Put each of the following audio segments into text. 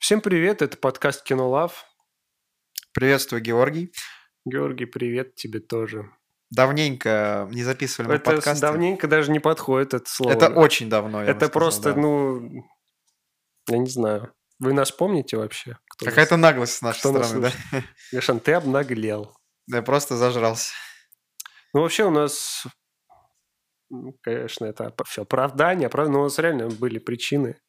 Всем привет, это подкаст «Кинолав». Приветствую, Георгий. Георгий, привет тебе тоже. Давненько не записывали мы это с- подкасты. давненько даже не подходит это слово. Это очень давно. я бы Это сказал, просто, да. ну, я не знаю. Вы нас помните вообще? Кто нас- Какая-то наглость с нашей кто нас стороны, да? Яшан, ты обнаглел. Да, я просто зажрался. Ну, вообще у нас, м, конечно, это все оправдание, оправдание, но а ну, у нас реально были причины,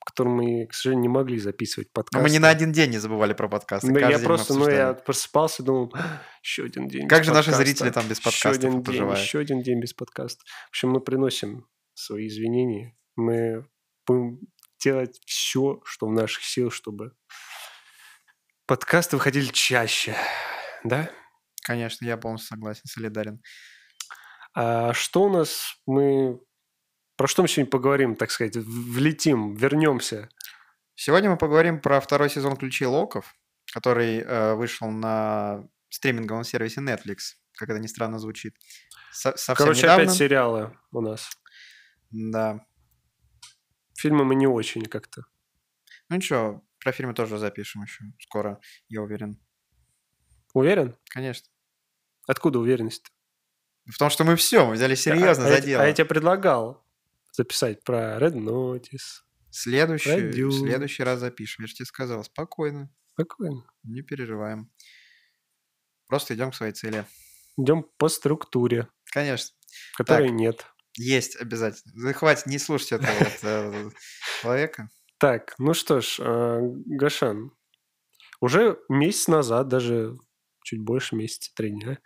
по которым мы, к сожалению, не могли записывать подкаст. Но А мы не на один день не забывали про подкасты. Ну, каждый я день мы просто, ну, я обсуждали. просыпался, думал, «А, еще один день. Как без же наши подкаста. зрители там без Еще подкастов один это день, живают?» еще один день без подкаста. В общем, мы приносим свои извинения. Мы будем делать все, что в наших силах, чтобы подкасты выходили чаще. Да? Конечно, я полностью согласен, солидарен. А что у нас мы... Про что мы сегодня поговорим, так сказать? В- Влетим, вернемся. Сегодня мы поговорим про второй сезон «Ключей Локов», который э, вышел на стриминговом сервисе Netflix, как это ни странно звучит. Со- совсем Короче, недавно. опять сериалы у нас. Да. Фильмы мы не очень как-то. Ну ничего, про фильмы тоже запишем еще скоро, я уверен. Уверен? Конечно. Откуда уверенность? В том, что мы все, мы взяли серьезно а, за я- дело. А я тебе предлагал записать про Red Notice. Следующий, Радио. в следующий раз запишем. Я же тебе сказал, спокойно, Спокойно. не переживаем. Просто идем к своей цели. Идем по структуре, Конечно, которой Так. нет. есть обязательно. Да хватит, не слушать этого вот, э, человека. Так, ну что ж, э, Гошан, уже месяц назад, даже чуть больше месяца, три дня,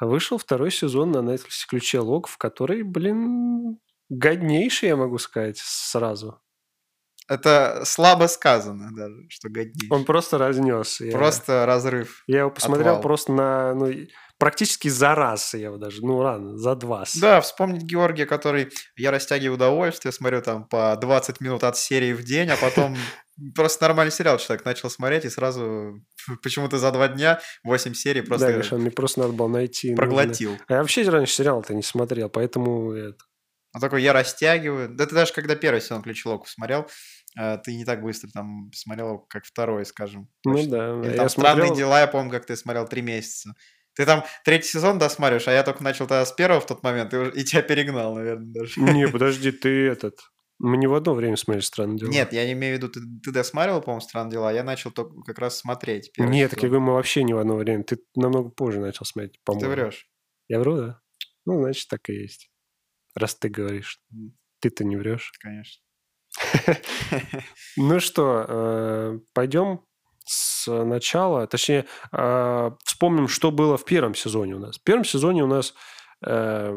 вышел второй сезон на Netflix «Ключи логов», который, блин, годнейший, я могу сказать, сразу. Это слабо сказано даже, что годнее. Он э, просто разнес. Я- Просто разрыв. Я его посмотрел отвал. просто на... Ну, и- практически за раз я его даже... Ну, ладно, за два. Да, вспомнить Георгия, который я растягиваю удовольствие, смотрю там по 20 минут от серии в день, а потом просто нормальный сериал человек начал смотреть и сразу почему-то за два дня 8 серий Да, просто Гошан, мне просто надо было найти... нужное. проглотил. А я вообще раньше сериал-то не смотрел, поэтому... это- Он такой, я растягиваю. Да ты даже когда первый сезон «Ключи Локу» смотрел, э, ты не так быстро там смотрел, его, как второй, скажем. Ну Очень- да, Или я там «Странные смотрел... дела», я помню, как ты смотрел три месяца. Ты там третий сезон досматриваешь, а я только начал тогда с первого в тот момент, и, уж- и тебя перегнал, наверное, даже. Не, подожди, ты этот... Мы не в одно время смотрели «Странные дела». Нет, я не имею в виду, ты, ты досматривал, по-моему, «Странные дела», а я начал только как раз смотреть первый Ну, Нет, так я сезон. говорю, мы вообще не в одно время. Ты намного позже начал смотреть, Ты по-моему. врешь. Я вру, да? Ну, значит, так и есть. Раз ты говоришь. Мгм. Ты-то не врешь. Конечно. Ну что, э, пойдем с начала, точнее, э, вспомним, что было в первом сезоне у нас. В первом сезоне у нас... э,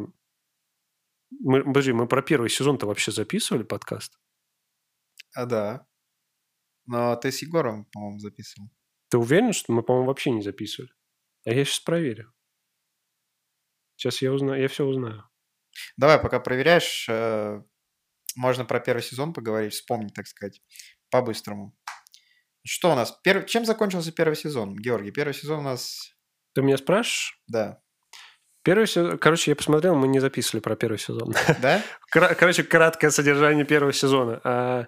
мы, подожди, мы про первый сезон-то вообще записывали подкаст? А, да. Но ты с Егором, по-моему, записывал. Ты уверен, что мы, по-моему, вообще не записывали? А я сейчас проверю. Сейчас я узнаю, я все узнаю. Давай, пока проверяешь, э, можно про первый сезон поговорить, вспомнить, так сказать, по-быстрому. Что у нас? Пер- Чем закончился первый сезон, Георгий? Первый сезон у нас... Ты меня спрашиваешь? Да. Первый сезон... Короче, я посмотрел, мы не записывали про первый сезон. Да? Кра- Короче, краткое содержание первого сезона. А,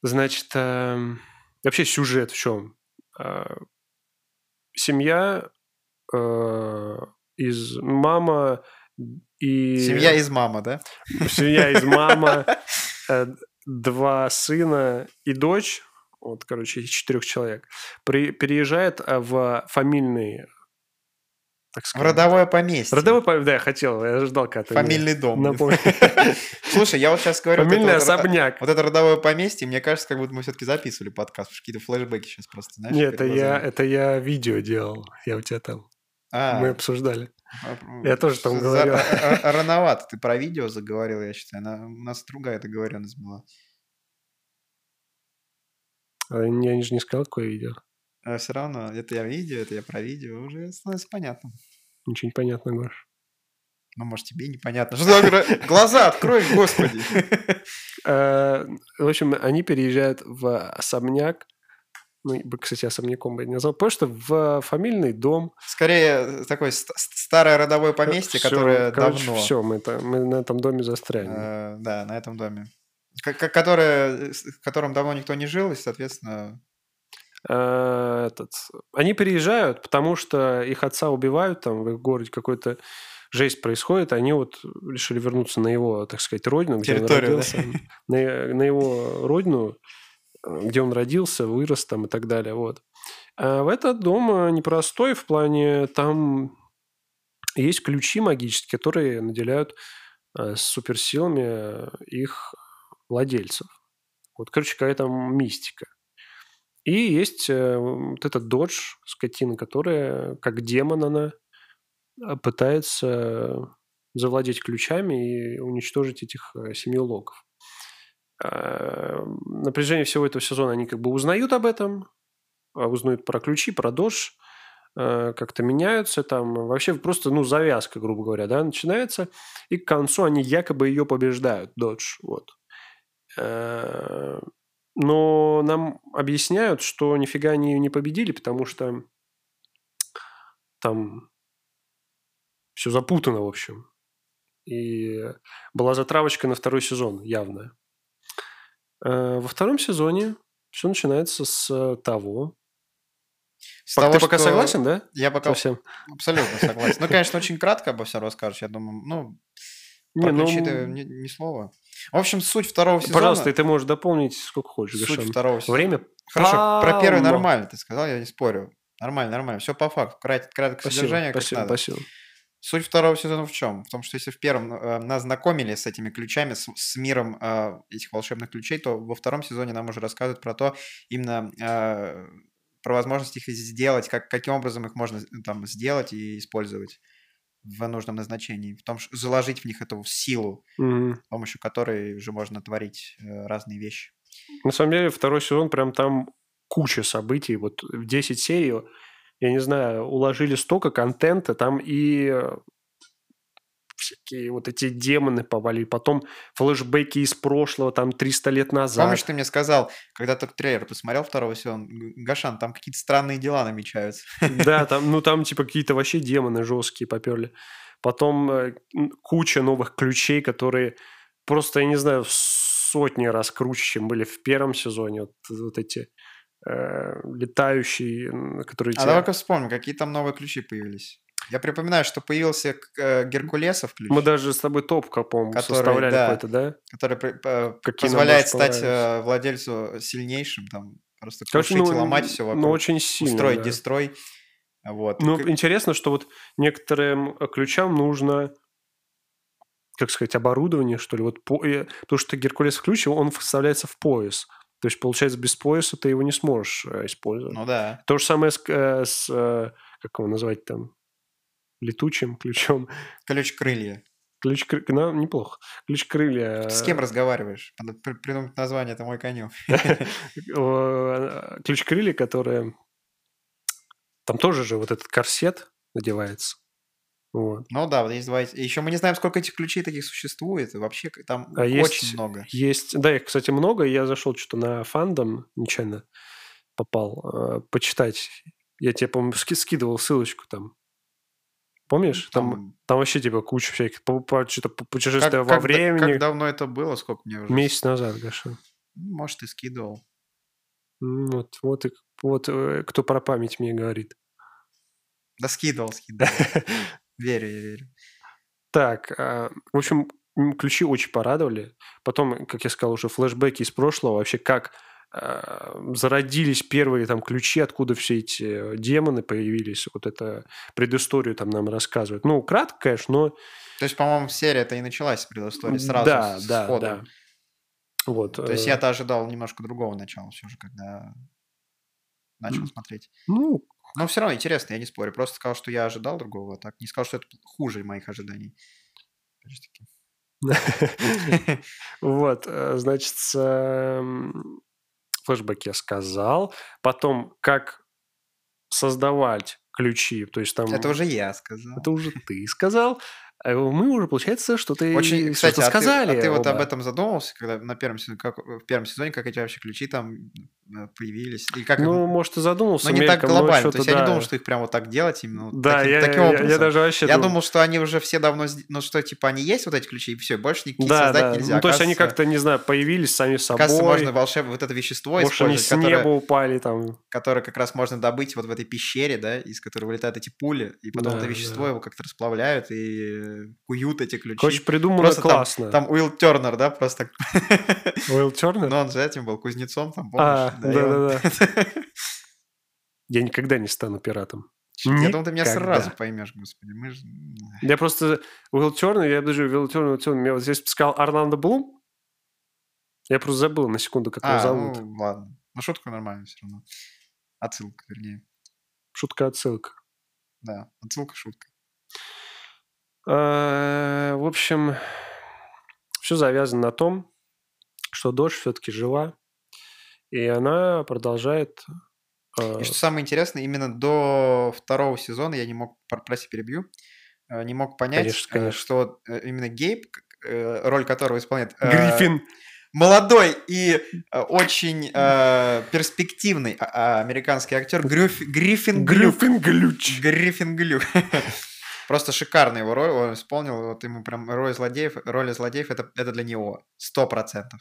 Значит, эм, вообще сюжет в чем? Семья э, из мама и... Семья из мама, да? Семья из мама, э, два сына и дочь, вот, короче, из четырех человек, при- переезжает э, в фамильный, так В сказать... родовое поместье. Родовой, по- да, я хотел, я ждал, когда ты мне Фамильный дом. напомнил. Слушай, я вот сейчас говорю... вот это Фамильный вот ро- особняк. Вот это родовое поместье, мне кажется, как будто мы все-таки записывали подкаст. потому что Какие-то флешбеки сейчас просто, знаешь? Нет, перед это я, глазами. это я видео делал. Я у тебя там. А, Мы обсуждали. а, я тоже там за- говорил. а- а- Рановато ты про видео заговорил, я считаю. На- У нас другая договоренность была. А Я не- же не сказал, какое видео. все А равно, это я видео, это я про видео, уже становится понятно. Ничего не понятно, Гош. Ну, может, тебе непонятно. Что ты такое? Глаза открой, господи. Э, В общем, они переезжают в особняк. Ну, и, кстати, особняком бы я не назвал. Потому что в фамильный дом. Скорее, такое ст- ст- старое родовое поместье, которое давно. Все, мы, там- мы на этом доме застряли. э, Да, на этом доме. Ко- ко- Которое, с- в котором давно никто не жил, и, соответственно, э, этот, они переезжают, потому что их отца убивают, там в их городе какой-то жесть происходит, они вот решили вернуться на его, так сказать, родину, где Территорию, он родился, на, на его родину, э, где он родился, вырос там и так далее, вот. А в этот дом э, непростой в плане там есть ключи магические, которые наделяют э, суперсилами э, их владельцев. Вот, короче, какая-то мистика. И есть э, вот этот додж, скотина, которая, как демон она, э, пытается завладеть ключами и уничтожить этих э, семью логов. Э, На протяжении всего этого сезона они как бы узнают об этом, а, узнают про ключи, про додж, э, как-то меняются там. Вообще просто, ну, завязка, грубо говоря, да, начинается. И к концу они якобы ее побеждают, додж, вот. Э, Но нам объясняют, что нифига они ее не победили, потому что там все запутано, в общем. И была затравочка на второй сезон, явно. Во втором сезоне все начинается с того... С Пок- того, Ты пока что- согласен, да? Я пока Совсем. абсолютно согласен. Ну, конечно, очень кратко обо всем расскажешь, я думаю. Ну, Не, про ну, ключи-то ни, ни слова. В общем, суть второго сезона... пожалуйста, и ты можешь дополнить сколько хочешь, суть Гошан. второго сезона. Время Хорошо, про первый Палма. нормально ты сказал, я не спорю. Нормально, нормально. Все по факту. Крат- Краткое содержание, как спасибо, надо. спасибо. Суть второго сезона в чем? В том, что если в первом э, нас знакомили с этими ключами, с, с миром э, этих волшебных ключей, то во втором сезоне нам уже рассказывают про то, именно э, про возможность их сделать, как, каким образом их можно э, там сделать и использовать в нужном назначении. В том, что заложить в них эту силу, Мгм. с помощью которой уже можно творить э, разные вещи. На самом деле, второй сезон прям там куча событий. Вот в 10 серий, я не знаю, уложили столько контента, там и э, всякие вот эти демоны повалили. Потом флешбеки из прошлого, там 300 лет назад. Помнишь, ты мне сказал, когда только трейлер посмотрел второго сезона, Г- Гашан, там какие-то странные дела намечаются. Да, там, ну там типа какие-то вообще демоны жесткие поперли. Потом э, м, куча новых ключей, которые просто, я не знаю, в сотни раз круче, чем были в первом сезоне. Вот, вот эти э, летающие, м, которые... А тебя- давай-ка вспомним, какие там новые ключи появились. Я припоминаю, что появился к- э, Геркулесов ключ, Мы даже с тобой топ, по-моему, Который, составляли да. какой-то, да? который при- п- Какие нам позволяет больше стать э, владельцу сильнейшим, там просто Короче, крушить, и ломать все вокруг, ну, очень сильно. устроить да. дестрой. Вот. Ну, К- интересно, что вот некоторым э, ключам нужно, как сказать, оборудование, что ли. Вот по... э, то, что Геркулес в ключ, он вставляется в пояс. То есть, получается, без пояса ты его не сможешь э, использовать. ну да. То же самое с, к- э, с, э, как его назвать там, летучим ключом. Ключ крылья. Ключ кры- на- неплохо. Ключ крылья. С кем разговариваешь? Надо при- придумать название, это мой конек. э, Ключ крылья, которое... Там тоже же вот этот корсет надевается. Вот. Ну да, вот есть два. Еще мы не знаем, сколько этих ключей таких существует. и Вообще к- там А очень есть- много. Есть, да, их, кстати, много. Я зашел что-то на фандом, нечаянно попал, э, почитать. Я тебе, по-моему, ски- скидывал ссылочку там. Помнишь? Там, там, Там вообще, типа, куча всяких, по- по- что-то по- как- путешествия во как да- времени. Как давно это было, сколько мне уже? Месяц назад, Гаша. Ну, Может, ты скидывал. М, Вот, вот, и- вот э, кто про память мне говорит. Да скидывал, скидывал. Верю, я верю. Так, а, в общем, м, ключи очень порадовали. Потом, как я сказал, уже флешбеки из прошлого, вообще как а, зародились первые там ключи, откуда все эти демоны появились. Вот это предысторию там нам рассказывают. Ну, кратко, конечно, но... То есть, по-моему, серия-то и началась с предыстории сразу. да, с- с да, входа. да. Вот. То есть э, я-то ожидал немножко другого начала все же, когда начал М. смотреть. Ну, Но все равно интересно, я не спорю. Просто сказал, что я ожидал другого, а так не сказал, что это пл- хуже моих ожиданий. Опять же таки. Вот, э, значит, с, эм, флешбэк я сказал. Потом, как создавать ключи, то есть там... Это уже я сказал. Это уже ты сказал. А Мы уже, получается, что-то Очень, и кстати, что-то а ты, а сказали. ты вот об оба. этом задумывался, когда на первом сезоне, как, в первом сезоне, как эти вообще ключи там э, появились? И как ну, их- может, и задумался. но не так мельком, но глобально. чё-то То есть я да. не думал, что их прям вот так делать именно вот Да, таким, я, таким я- я образом. даже вообще Я думал. думал, что они уже все давно, сде- ну что, типа, они есть вот эти ключи, и все, больше никаких да, создать да. нельзя. Ну, то есть они Оказывается- как-то, не знаю, появились сами собой. Оказывается, можно волшебное вот это вещество может, они использовать, с которое, неба упали там. которое как раз можно добыть вот в этой пещере, да, из которой вылетают эти пули, и потом Да, это вещество да. его как-то расплавляют и э, куют эти ключи. Короче, придумано Просто классно. Там Уилл Тернер, да, просто так. Уилл Тернер? Но он же этим был кузнецом, там, а, помнишь? и он- да-да-да. Я никогда не стану пиратом. Я думал, ты меня Никогда. сразу поймешь, господи. Мы ну, же... Я просто... Уилл Тернер, я даже Уилл Тернер, Уилл Тернер, меня вот здесь сказал Орландо Блум. Я просто забыл на секунду, как его А, зовут. ну, ладно. Ну, шутка нормальная все равно. Отсылка, вернее. Шутка-отсылка. Да, отсылка, шутка. Э, В общем, все завязано на том, что дочь все-таки жива, и она продолжает... э, И что самое интересное, именно до второго сезона я не мог, пр- прости, перебью, э, не мог понять, Конечно, э, конечно. что э, именно Гейб, к- э, роль которого исполняет э, Гриффин. молодой и э, очень э, перспективный а- а, американский актер Грюф- Гриффин Глюк. Гриффин Глюч. Гриффин Глюк. Просто шикарная его роль, он исполнил, вот ему прям роль злодеев, роли злодеев это, это для него, сто процентов.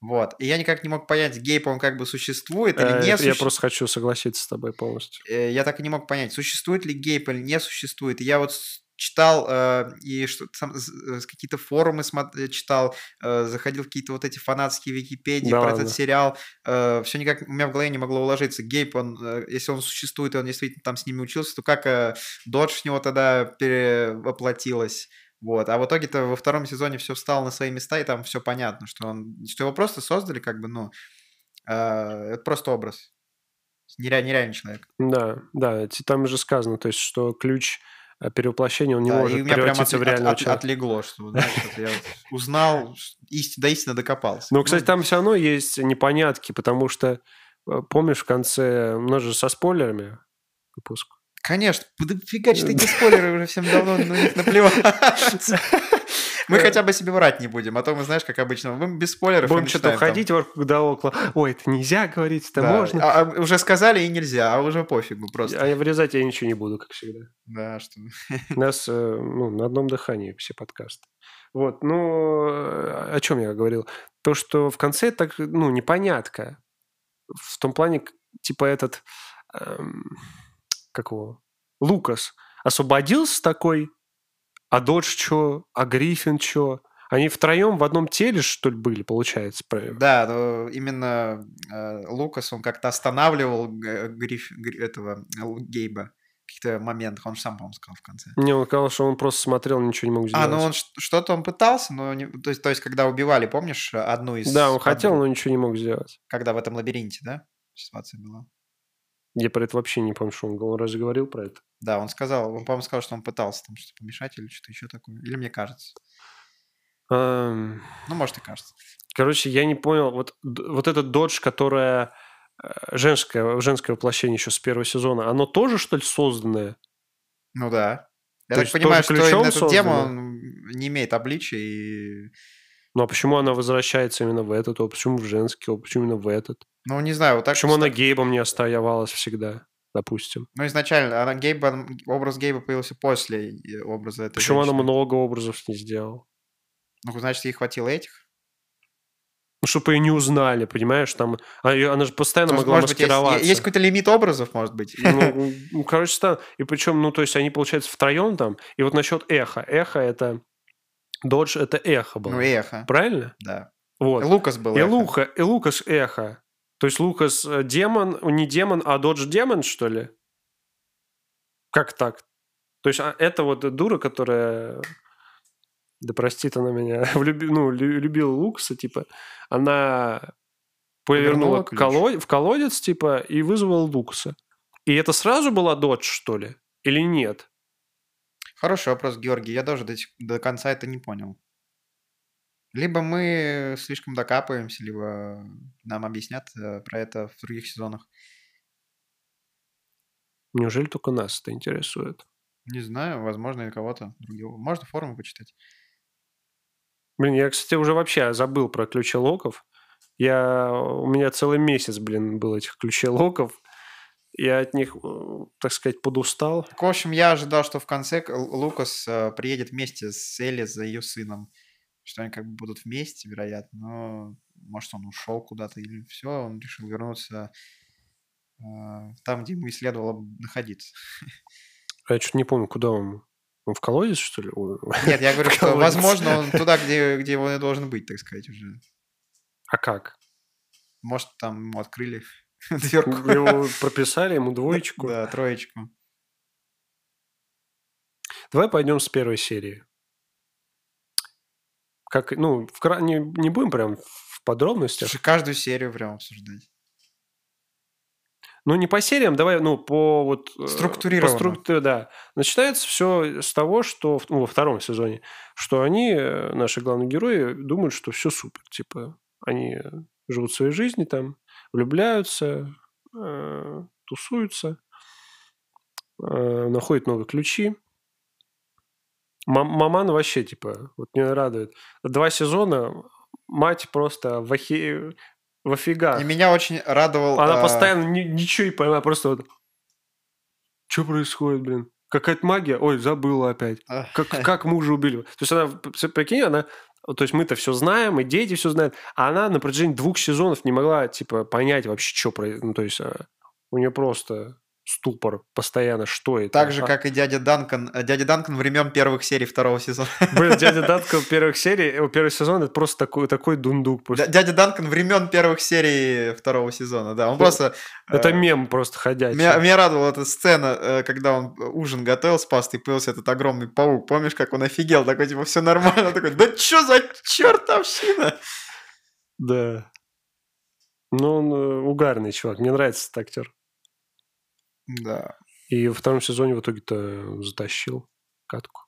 Вот, и я никак не мог понять, Гейб он как бы существует или Э, не это Я существует. просто хочу согласиться с тобой полностью. Э, я так и не мог понять, существует ли гейп или не существует. И я вот с- читал э, и что там, з- э, с- какие-то форумы смо- э, читал, э, заходил в какие-то вот эти фанатские Википедии Да про ладно. этот сериал. все никак у меня в голове не могло уложиться. Гейп, он, э, если он существует, и он действительно там с ними учился, то как э, Додж в него тогда перевоплотилась? Вот. А в итоге-то во втором сезоне все встало на свои места, и там все понятно, что, он, что его просто создали, как бы, ну, э, это просто образ. Нереа- нереальный человек. Да, да, те- там же сказано, то есть, что ключ э, перевоплощения, он не Да, и может у меня прям превратиться отле- в от- реального от- человека. отлегло, что знаешь, вот я вот узнал, ш- исти- до истины докопался. Ну, Но, Ну, кстати, там все равно есть непонятки, потому что, э, помнишь, в конце, у нас же со спойлерами выпуск. Конечно, да фига, э, что эти спойлеры уже всем давно на них наплевать. Э. Мы хотя бы себе врать не будем, а то мы, знаешь, как обычно, мы без спойлеров и Будем что-то начинаем там. уходить вокруг да около. Ой, это нельзя говорить, это Да, можно. а- а уже сказали и нельзя, а уже пофигу просто. А я вырезать я ничего не буду, как всегда. Да, что... У нас э, ну, на одном дыхании все подкасты. Вот, ну, э, о чем я говорил? То, что в конце так, ну, непонятка. В том плане, к- типа этот, эм, как его, Лукас освободился такой, а Додж чё, а Гриффин чё? Они втроем в одном теле, что ли, были, получается? про- э? Да, но именно э, Лукас, он как-то останавливал э, Гриф... Гри- этого э, Лу- Гейба в каких-то моментах, он же сам, по-моему, сказал в конце. Не, он сказал, что он просто смотрел, ничего не мог сделать. А, ну он ш- что-то он пытался, но не- то, есть, то есть, когда убивали, помнишь, одну из... Да, он хотел, подруг, но ничего не мог сделать. Когда в этом лабиринте, да, ситуация была? Я про это вообще не помню, что он, говорил. он разве говорил про это? Да, он сказал, он, по-моему, сказал, что он пытался там что-то помешать или что-то еще такое. Или мне кажется. Эм, Ну, может, и кажется. Короче, я не понял, вот, д- вот этот додж, которая э, женское, женское воплощение еще с первого сезона, оно тоже, что ли, созданное? Ну да. То Я так есть тоже понимаю, что ключом именно этот создано? демон не имеет обличия и... Ну а почему она возвращается именно в этот опыт? Почему в женский опыт? Почему именно в этот? Ну, не знаю, вот так... почему ста- она гейбом не оставалась всегда, допустим? Ну, изначально, она Гейба, он- образ Гейба появился после э, образа этой почему она женщины. много образов не сделала? Ну, значит, ей хватило этих? Ну, чтобы ее не узнали, понимаешь? Там, а её- она же постоянно Может- могла может быть, есть- маскироваться. Есть, какой-то лимит образов, может быть? Ну, ну, короче, стан- И причем, ну, то есть они, получается, втроем там. И вот насчет эхо. Эхо это... Додж это эхо было. Ну, эхо, Правильно? да. Вот. Лукас был И, эхо. Лука, и Лукас эхо. То есть Лукас э, демон, о, не демон, а Додж демон, что ли? Как так? То есть а, это вот дура, которая... Да простит она меня. влюби- ну, лю- любила Лукаса, типа. Она повернула Повернула к ключ. коло- в колодец, типа, и вызвала Лукаса. И это сразу была Додж, что ли? Или нет? Хороший вопрос, Георгий. Я даже до, сих- до конца это не понял. Либо мы слишком докапываемся, либо нам объяснят э, про это в других сезонах. Неужели только нас это интересует? Не знаю, возможно, и кого-то другого. Можно форумы почитать. Блин, я, кстати, уже вообще забыл про ключи локов. Я, у меня целый месяц, блин, был этих ключей локов. Я от них, э, так сказать, подустал. Так, в общем, я ожидал, что в конце к- Лукас э, приедет вместе с Элли за ее сыном. Что они как бы будут вместе, вероятно. Но, может, он ушел куда-то или все, он решил вернуться э, там, где ему и следовало бы находиться. А Я что-то не помню, куда он. Он в колодец, что ли? Ой, Нет, я говорю, что, Колодец. возможно, он туда, где, где он и должен быть, так сказать, уже. А как? Может, там ему открыли дверку. Его прописали, ему двоечку. Да, троечку. Давай пойдем с первой серии. Как, ну, вкра- не, не будем прям в подробностях. Слушай, каждую серию прям обсуждать. Ну, не по сериям, давай, ну, по вот... э, Структурированно. по структу- да. Начинается все с того, что... в- Ну, во втором сезоне. Что они, э, наши главные герои, думают, что все супер. Типа, они э, живут своей жизнью там, влюбляются, э, тусуются, э, находят новые ключи. Мам- Маман вообще, типа, вот меня радует. Два сезона мать просто в, ахе... в офигах. И меня очень радовал... Она а, постоянно ни- ничего не понимает, просто вот... Что происходит, блин? Какая-то магия? Ой, забыла опять. а, Как, как мужа убили? То есть она, п- прикинь, она... То есть мы-то все знаем, и дети все знают. А она на протяжении двух сезонов не могла, типа, понять вообще, что происходит. Ну, то есть а, у нее просто ступор постоянно, что это. Так же, А, как и дядя Данкан. Э, Дядя Данкан времен первых серий второго сезона. Блин, дядя Датка в первых серий, у первый сезон это просто такой, такой дундук. Дя- Просто. Дядя Данкан времен первых серий второго сезона, да. Он Да. просто... э, Это мем просто ходячий. Меня, меня радовала эта сцена, э, когда он ужин готовил с пастой, появился этот огромный паук. Помнишь, как он офигел? Такой, типа, все нормально. Такой, да чё за чертовщина? Да. Ну, он э, угарный чувак. Мне нравится этот актер. Да, И во втором сезоне в итоге-то затащил катку.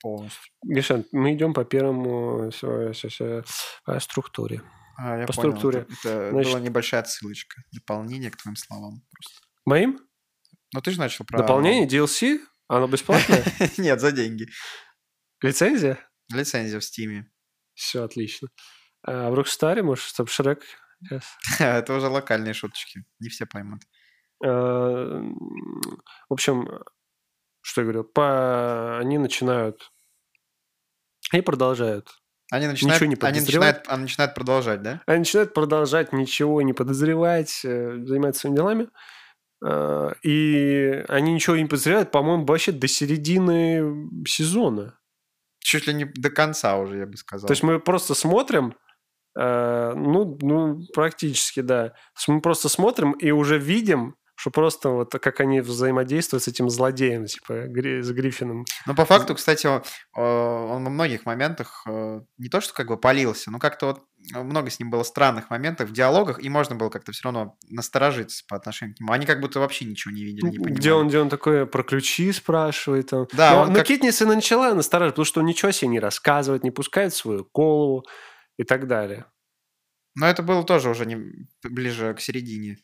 полностью. Гришан, мы идем по первому э, всё- всё- всё, по структуре. А, я По понял, структуре. Это, это Значит- была небольшая отсылочка, дополнение к твоим словам. Просто. Моим? Ну, ты же начал про... Дополнение DLC? Оно бесплатное? Нет, за деньги. Лицензия? Лицензия в Стиме. Все отлично. А в Рокстаре, может, чтобы Шрек... сейчас? Это уже локальные шуточки. Не все поймут. А, м, В общем, что я говорил? По... Они начинают... Они продолжают. Они начинают, Ничего не они, подозревают? начинают, они начинают продолжать, да? Они начинают продолжать ничего не подозревать, э, заниматься своими делами. А, И они ничего не подозревают, по-моему, вообще до середины сезона. Чуть ли не до конца уже, я бы сказал. То есть мы просто смотрим, э, ну, ну, практически, да. То есть мы просто смотрим и уже видим, что просто вот как они взаимодействуют с этим злодеем, типа Гри- с Гриффином. Но по факту, кстати, он, э, он во многих моментах э, не то, что как бы полился, но как-то вот э, много с ним было странных моментов в диалогах, и можно было как-то все равно насторожиться по отношению к нему. Они как будто вообще ничего не видели, не понимали. Ну, где, он, где он такой про ключи спрашивает. Там. Да, но он но как- Китнис и начала настораживать, потому что он ничего себе не рассказывает, не пускает в свою голову и так далее. Но это было тоже уже не... ближе к середине.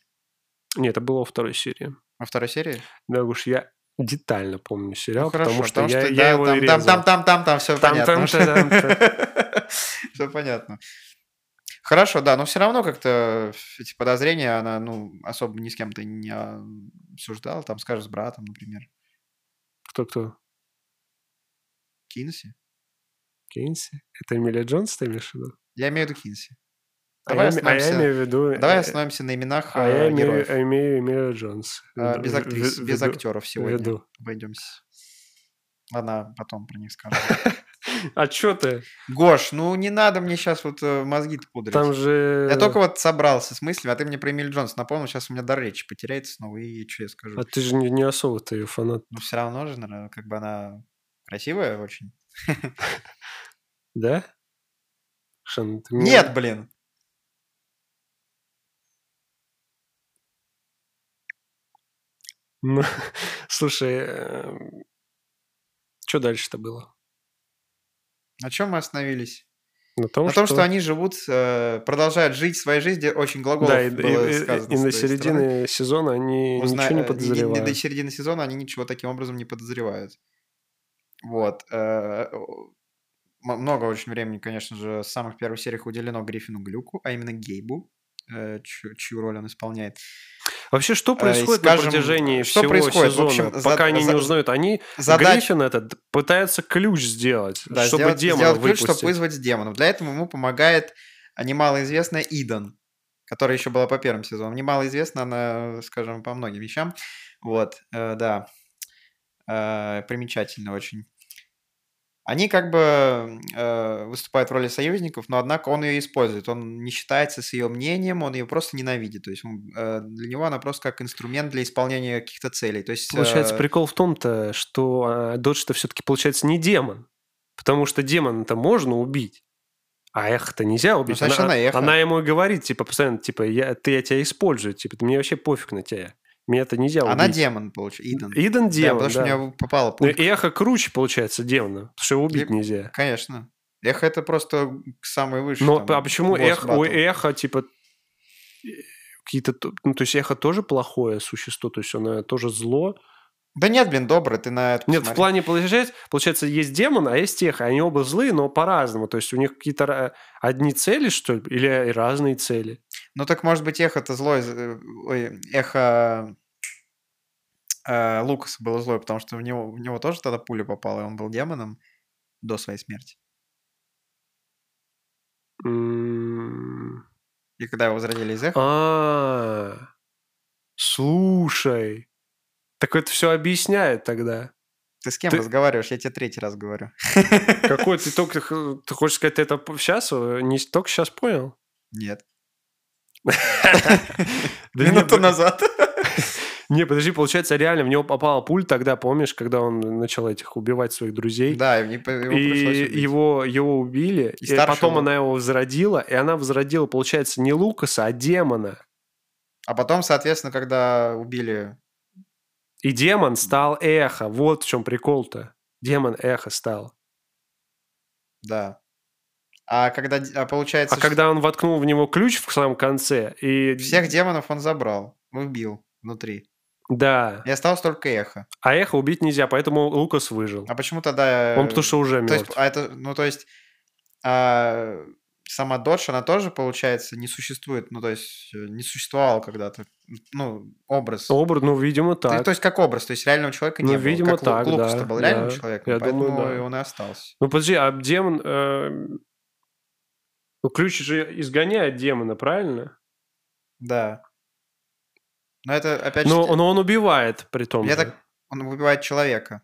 Нет, это было во второй серии. Во второй серии? Да уж я детально помню сериал, Ну, потому что, я, я да, его там, и там, резал. там, там, там, там, все Там, понятно. там, уже. там, Все понятно. Хорошо, да, но все равно как-то эти подозрения она, ну, особо ни с кем-то не а, обсуждала, там, скажешь, с братом, например, Кто-кто? Кинси. Кейнси? Это Эмилия Джонс, ты имеешь в виду? Я имею в виду Кинси. А я Давай м- а я остановимся- имею в виду... Давай э, остановимся на именах А я э, имею, героев. а имею Эмилию Джонс. А, В- Без в- актрис, в- без веду- актеров сегодня. Веду. Обойдемся. Ладно, потом про них скажу. А что ты? Гош, ну не надо мне сейчас вот э, мозги-то пудрить. Там же... Я только вот собрался с мыслями, а ты мне про Эмиль Джонс напомнил, сейчас у меня дар речи потеряется снова, и что я скажу. А ты же не, не особо-то ее фанат. Но все равно же, наверное, как бы она красивая очень. Да? Шан, ты меня- Нет, блин! Ну, слушай, что дальше-то было? На чем мы остановились? На том, На том, что они живут, э, продолжают жить своей жизнью, очень глаголов Да, и, было и- и- сказано и с на той стороны. середине сезона они Узна- ничего э, не ни- ни- подозревают. До середины сезона они ничего таким образом не подозревают. Вот. э, м- много очень времени, конечно же, с самых первых сериях уделено Гриффину Глюку, а именно Гейбу, э, чью, чью роль он исполняет. Вообще, что и происходит э, скажем, на протяжении что всего происходит? В сезона, общем, за- пока они не за- узнают? Они, Задача Гриффин этот, пытается ключ сделать, да, чтобы сделать, демона сделать ключ, выпустить. чтобы вызвать демонов. Для этого ему помогает а, немалоизвестная Идан, которая еще была по первым сезонам. Немалоизвестна она, скажем, по многим вещам. Вот, э, да. Э, примечательно очень. Они как бы э, выступают в роли союзников, но однако он ее использует. Он не считается с ее мнением, он ее просто ненавидит. То есть он, э, для него она просто как инструмент для исполнения каких-то целей. То есть, Получается, э, прикол в том-то, что э, Додж-то все-таки, получается, не демон. Потому что демона-то можно убить, а эхо-то нельзя убить. значит, она Ну, эхо. она ему и говорит, типа, постоянно, типа, я, ты, я тебя использую, типа, мне вообще пофиг на тебя. Меня это нельзя убить. она демон, получается, Идан. Иден Да, демон, потому что у да. меня попало пункт. Ну, и Эхо круче, получается, демона, потому что его убить И- нельзя. Конечно. Эхо это просто самый высший. Но там, а почему босс эхо, у батл. Эхо, типа, э, какие-то... т- Ну, то есть Эхо тоже плохое существо, то есть оно тоже зло. Да нет, блин, добрый, ты на это Нет, в посмотри. плане, получается, получается, есть демон, а есть Эхо. Они оба злые, но по-разному. То есть у них какие-то ра- одни цели, что ли, или разные цели? Ну так может быть эхо это злой. э, Ой, эхо э, Лукаса было злой, потому что в него, в него тоже тогда пуля попала, и он был демоном до своей смерти. М, И когда его возродили из эха, М-м-м. А, слушай. Так это все объясняет тогда. ты с кем ты- разговариваешь? Я тебе третий раз говорю. Какой ты только... х- Ты хочешь сказать, ты это сейчас, не только сейчас понял? Нет. Да Минуту не, назад. Не, подожди, получается, реально в него попала пуль тогда, помнишь, когда он начал этих убивать своих друзей? Да, и мне по- его пришлось И убить. его, его убили, И и, старшего. потом она его возродила, и она возродила, получается, не Лукаса, а демона. А потом, соответственно, когда убили... И демон стал эхо. Вот в чем прикол-то. Демон эхо стал. Да. А когда... д- А получается... А что- когда он воткнул в него ключ в самом конце, и... Всех демонов он забрал, убил внутри. Да. И осталось только эхо. А эхо убить нельзя, поэтому Лукас выжил. А почему тогда... э, Он потому что уже То есть, мертв. а это, ну, то есть, а, сама Додж, она тоже, получается, не существует, ну, то есть, э, не существовала когда-то, ну, образ. Обр- ну, видимо, То- так. то есть, как образ, то есть, реального человека не Ну, было. видимо, как Лу- так, Лукас-то да, был реальным да. человеком, Я поэтому думаю, да. и он и остался. Ну подожди, а демон... эм, Ну, ключ же изгоняет демона, правильно? Да. Но это, опять Но, же, но он убивает, при том. я же. так- он убивает человека.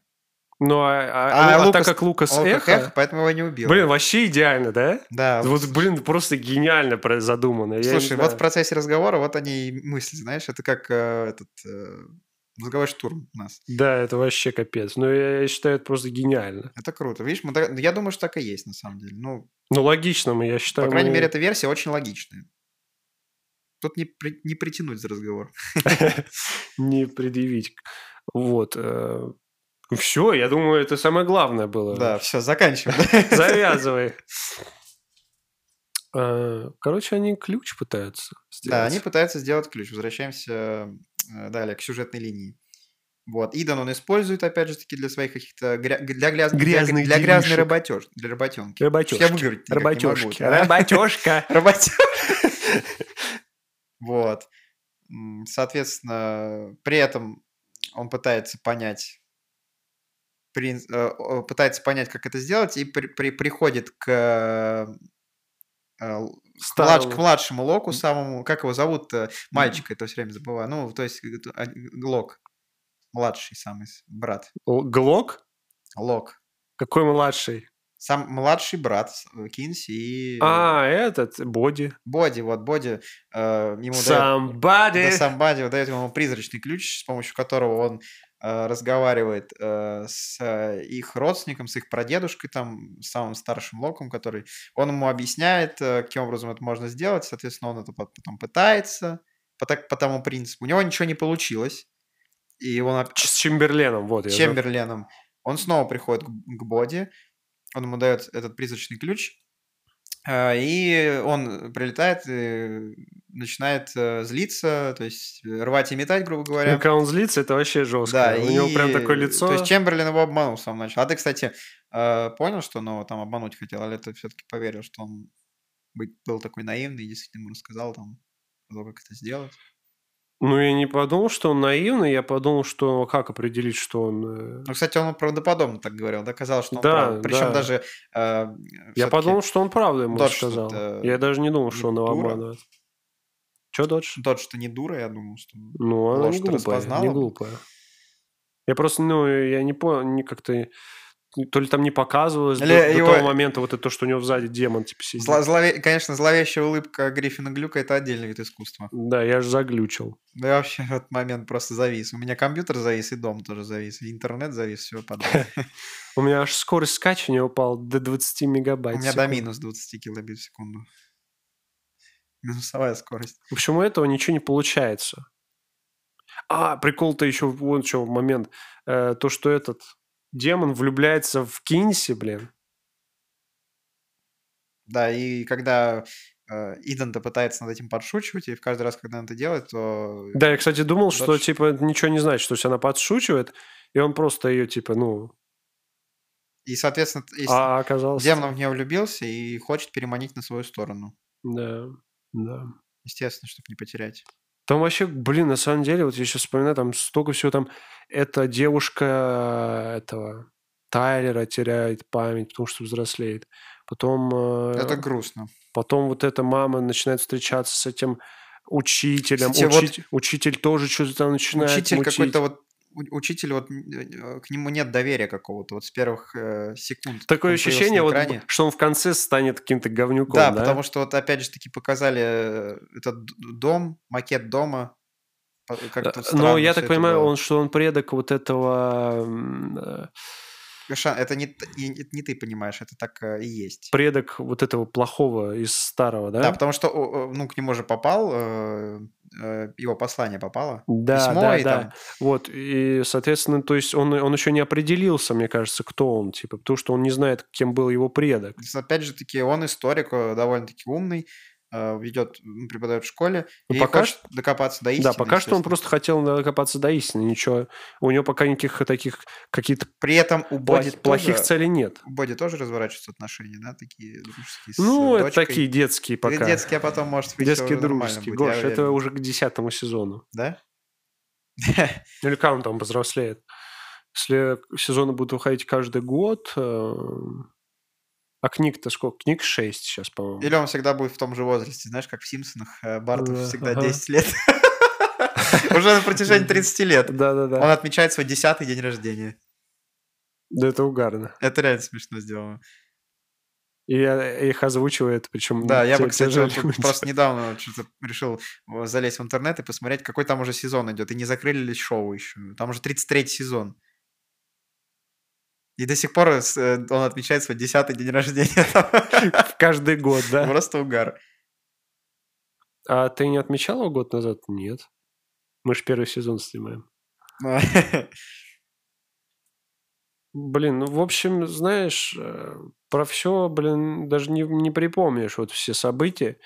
Ну, а, а- А ну, а Лукас- так как Лукас Он как эхо... эхо, поэтому его не убил. Блин, вообще идеально, да? да, Вот, блин, просто гениально про- задумано. а я не Слушай, вот в знаю. процессе разговора вот они и мысли, знаешь, это как э, этот э, мозговой штурм у нас. Да, это вообще капец. Ну, я, я считаю, это просто гениально. Это круто. Видишь, мы так- я думаю, что так и есть на самом деле. Ну, Ну, логично, мы, я считаю... по крайней мы- мере, эта версия очень логичная. Тут не, при- не притянуть за разговор. не предъявить. Вот. Все, я думаю, это самое главное было. Да, все, заканчиваем. Завязывай. Э, Короче, они ключ пытаются Да, сделать. они пытаются сделать ключ. Возвращаемся э, далее к сюжетной линии. Вот. Идан он использует, опять же таки, для своих каких-то... гря- Для, гряз- для, Грязных для грязной делишек. работеж... Для работенки. Я Работёшки. выговорить никак не могу, Работёшки. да? Работёшка. Работёж- Вот. М, Соответственно, при этом он пытается понять, прин- э, о- пытается понять, как это сделать, и при- при- приходит к, э, л- к, младш- к Старому. младшему Локу, самому, как его зовут-то, мальчика, это все время забываю, ну, то есть э, т- а, Лок, младший самый с- брат, Л- Глок? Лок, Какой младший? сам младший брат с- э, Кинси и э, А, этот, Боди. Боди, вот Боди, э, ему дает Somebody. Да, Самбади дает ему призрачный ключ, с помощью которого он э, разговаривает э, с э, их родственником, с их прадедушкой, там, с самым старшим локом, который... Он ему объясняет, э, каким образом это можно сделать, соответственно, он это пот- потом пытается по, так- по тому принципу. У него ничего не получилось, и он оп- Ч- С Чемберленом, вот. я с Чемберленом. Он снова приходит к, к Боди, он ему э, дает этот призрачный ключ, а, и он прилетает, и начинает э, злиться, то есть э, рвать и метать, грубо говоря. Когда он злится, это вообще жестко. Да, У и- него прям такое лицо. То есть Чемберлин его обманул в самом начале. А ты, кстати, э, понял, что он его там обмануть хотел, или ты все-таки поверил, что он быть- был такой наивный и действительно ему рассказал там, про то, как это сделать? Ну, я не подумал, что он наивный, я подумал, что как определить, что он... э, Ну, кстати, он правдоподобно так говорил, да, казалось, что он Да, Причем да. даже... э, Я всё-таки- подумал, что он правду ему Додж сказал. тут, э, Я даже не думал, что он его дура. обманывает. Че, Додж? Тот, что не дура, я думал, что... Ну, она Ложь не ты глупая, распознала не бы? глупая. Я просто, ну, я не понял, не как-то... То ли там не показывалось до, Или до его- того момента вот это, то, что у него сзади демон типа сидит. Зла- злове- Конечно, зловещая улыбка Гриффина Глюка — это отдельный вид искусства. Да, я же заглючил. Да я вообще в этот момент просто завис. У меня компьютер завис, и дом тоже завис, и интернет завис, все подряд. У меня аж скорость скачивания упала до 20 У мегабайт. в меня до секунду. минус 20 килобит в секунду. Минусовая скорость. В общем, у этого ничего не получается. А, прикол-то еще вот еще момент. Э, то, что этот демон влюбляется в Кинси, блин. Да, и когда э, Иден-то пытается над этим подшучивать, и в каждый раз, когда он это делает, то... Да, я, кстати, думал, что, Дальше. типа, это ничего не значит. То есть она подшучивает, и он просто ее, типа, ну... И, соответственно, т- и с- А оказалось... демон в нее влюбился и хочет переманить на свою сторону. Да, да. Естественно, чтобы не потерять. Там вообще, блин, на самом деле, вот я сейчас вспоминаю, там столько всего там... Эта девушка э, этого Тайлера теряет память, потому что взрослеет. Потом... э, Это грустно. Потом вот эта мама начинает встречаться с этим учителем. Кстати, вот- Учить- Учитель тоже что-то там начинает Учитель мутить. какой-то вот... у- Учитель, вот м, э, к нему нет доверия какого-то, вот с первых э, секунд. как Такое он появился на ощущение, вот, экране. что он в конце станет каким-то говнюком, Да, да? потому что вот опять же таки показали э, этот д- дом, макет дома. По- Э, Как-то Но странно я всё так это понимаю, было. он, что он предок вот этого... м, э, Гоша, это не, т- и- это не ты понимаешь, это так э, и есть. Предок вот этого плохого из старого, да? Да, потому что о, о, ну, к нему же попал, э, э, его послание попало. Да, письмо да, и да. там. Вот, и, соответственно, то есть он, он еще не определился, мне кажется, кто он, типа, потому что он не знает, кем был его предок. С- Опять же таки, он историк, э, довольно-таки умный, э, ведет, м, преподает в школе. Ну, и пока хочет докопаться до истины. да, пока что он естественно. просто хотел докопаться до истины, ничего. У него пока никаких таких каких-то При этом у пла- Боди плохих тоже, целей нет. у Боди тоже разворачиваются отношения, да, такие дружеские с э, Ну, это дочкой. такие детские Или пока. Детский, а потом, может, быть, Детские всё нормально дружеские. будет, Гош, я это уверен. уже к десятому сезону. Да? Ну, Или как он там взрослеет? Если сезоны будут выходить каждый год... э, А книг-то сколько? Книг 6 сейчас, по-моему. Или он всегда будет в том же возрасте, знаешь, как в «Симпсонах» э, Барту Да, всегда ага. 10 лет. Уже на протяжении 30 лет. Он Да-да-да. отмечает свой 10 день рождения. Да это угарно. Это реально смешно сделано. И э, их озвучивает, причем... Да, я те- бы, те кстати, же вот тут люди. просто недавно что-то решил э, залезть в интернет и посмотреть, какой там уже сезон идет. И не закрыли ли шоу еще. Там уже 33 сезон. И до сих пор э, с- э, он отмечает свой 10 день рождения. Каждый год, да? Просто угар. А ты не отмечал его год назад? Нет. Мы же первый сезон снимаем. Блин, ну, в общем, знаешь, э, про все, блин, даже не, не припомнишь вот все события.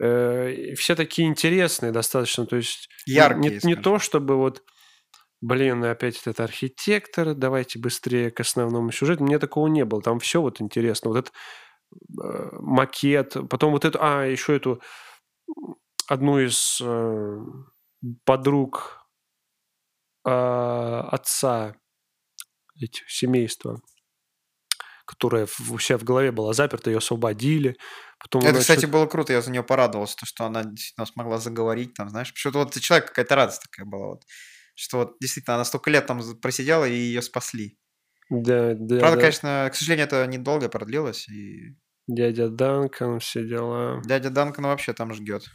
Э, и Все такие интересные достаточно, то есть не- Яркие, не, не скажем. то, чтобы вот, блин, опять этот архитектор, давайте быстрее к основному сюжету. Мне такого не было, там все вот интересно. Вот этот э, макет, потом вот эту, а, еще эту м, одну из э, подруг э, отца эти- семейства, которая в- у себя в голове была заперта, ее освободили. Потом Это, она кстати, чё-то- было круто, я за нее порадовался, то, что она действительно смогла заговорить, там, знаешь, почему-то вот у человека какая-то радость такая была, вот, что вот действительно она столько лет там за- просидела, и ее спасли. Да, да, Правда, да. конечно, к сожалению, это недолго продлилось, и Дядя Данкан, все дела. дядя Данкана вообще там ждет.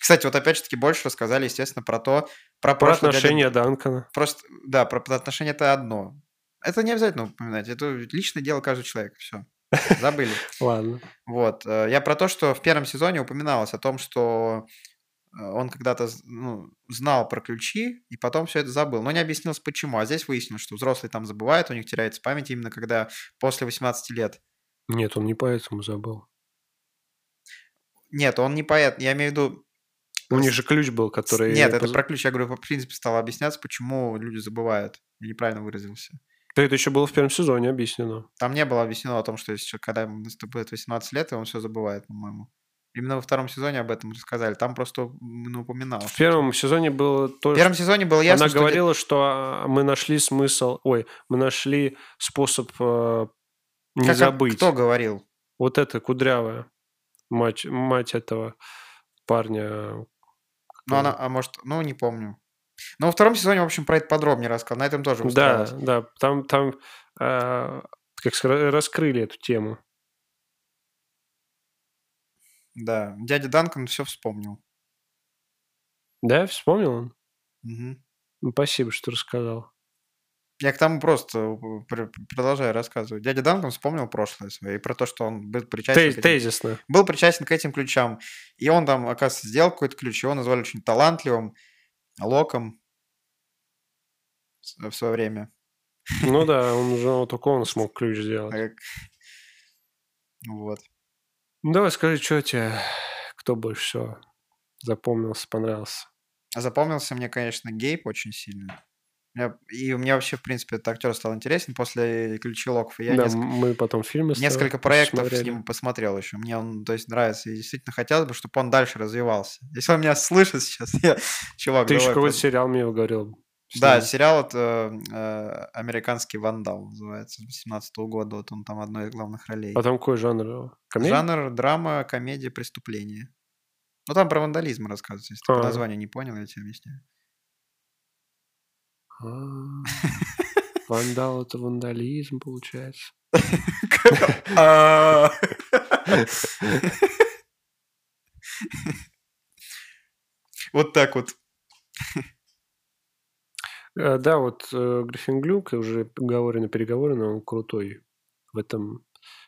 Кстати, вот опять же таки больше рассказали, естественно, про то, про, Про прошлое дяди- отношения Данкана. Просто, да, про отношения это одно. Это не обязательно упоминать, это личное дело каждого человека, все. Забыли. Ладно. Вот. э, Я про то, что в первом сезоне упоминалось о том, что э, он когда-то з- ну, знал про ключи и потом все это забыл. Но не объяснилось, почему. А здесь выяснилось, что взрослые там забывают, у них теряется память именно когда после 18 лет. Нет, он не поэтому забыл. Нет, он не поэт. Я имею в виду... У них же ключ был, который... Нет, это поз- про ключ. Я говорю, в принципе, стало объясняться, почему люди забывают. Я неправильно выразился. Да это еще было в первом сезоне объяснено. Там не было объяснено о том, что если человек, когда ему наступает 18 лет, и он все забывает, по-моему. Именно во втором сезоне об этом рассказали. Там просто м, упоминал. В первом сезоне было В то, А, первом сезоне было ясно, Она что говорила, что а, мы нашли смысл, ой, мы нашли способ э, де- не как- а, забыть. Кто говорил? Вот эта кудрявая мать, мать этого парня. Ну, она, а может, ну, не помню. Но во втором сезоне, в общем, про это подробнее рассказал. На этом тоже Да, устроилась. да, там, там э, как сказать, раскрыли эту тему. Да. Дядя Данкан все вспомнил. Да, вспомнил он? Мгм. Ну, Спасибо, что рассказал. Я к тому просто э, пр- продолжаю рассказывать. Дядя Данкан вспомнил прошлое свое и про то, что он был причастен, Тез- к, этим, тезисно. был причастен к этим ключам. И он там, оказывается, сделал какой-то ключ, его назвали очень талантливым, локом с- в свое время. Ну да, он уже вот только он смог ключ сделать. Так. Вот. Ну давай скажи, что тебе, кто больше всего запомнился, понравился? А Запомнился мне, конечно, Гейб очень сильно. Я- И мне вообще, в принципе, этот актер стал интересен после «Ключи Локов». И я да, неск- мы потом фильмы с тобой несколько проектов с посмотрели. ним посмотрел еще. Мне он, то есть, нравится. И действительно хотелось бы, чтобы он дальше развивался. Если он меня слышит сейчас, я... чувак, Ты еще давай, какой-то под- сериал мне говорил. с Да, ним. сериал вот, э, э, «Американский вандал» называется, 17 года. Вот он там одной из главных ролей. А там какой жанр? Комедия? Жанр драма, комедия, преступление. Ну, там про вандализм рассказывается. Если ты А. по названию не понял, я тебе объясняю. А, Вандал это вандализм, получается. А. Вот так вот. Э, Да, вот э, Гриффин Глюк, и уже поговорено, переговорено, он крутой в этом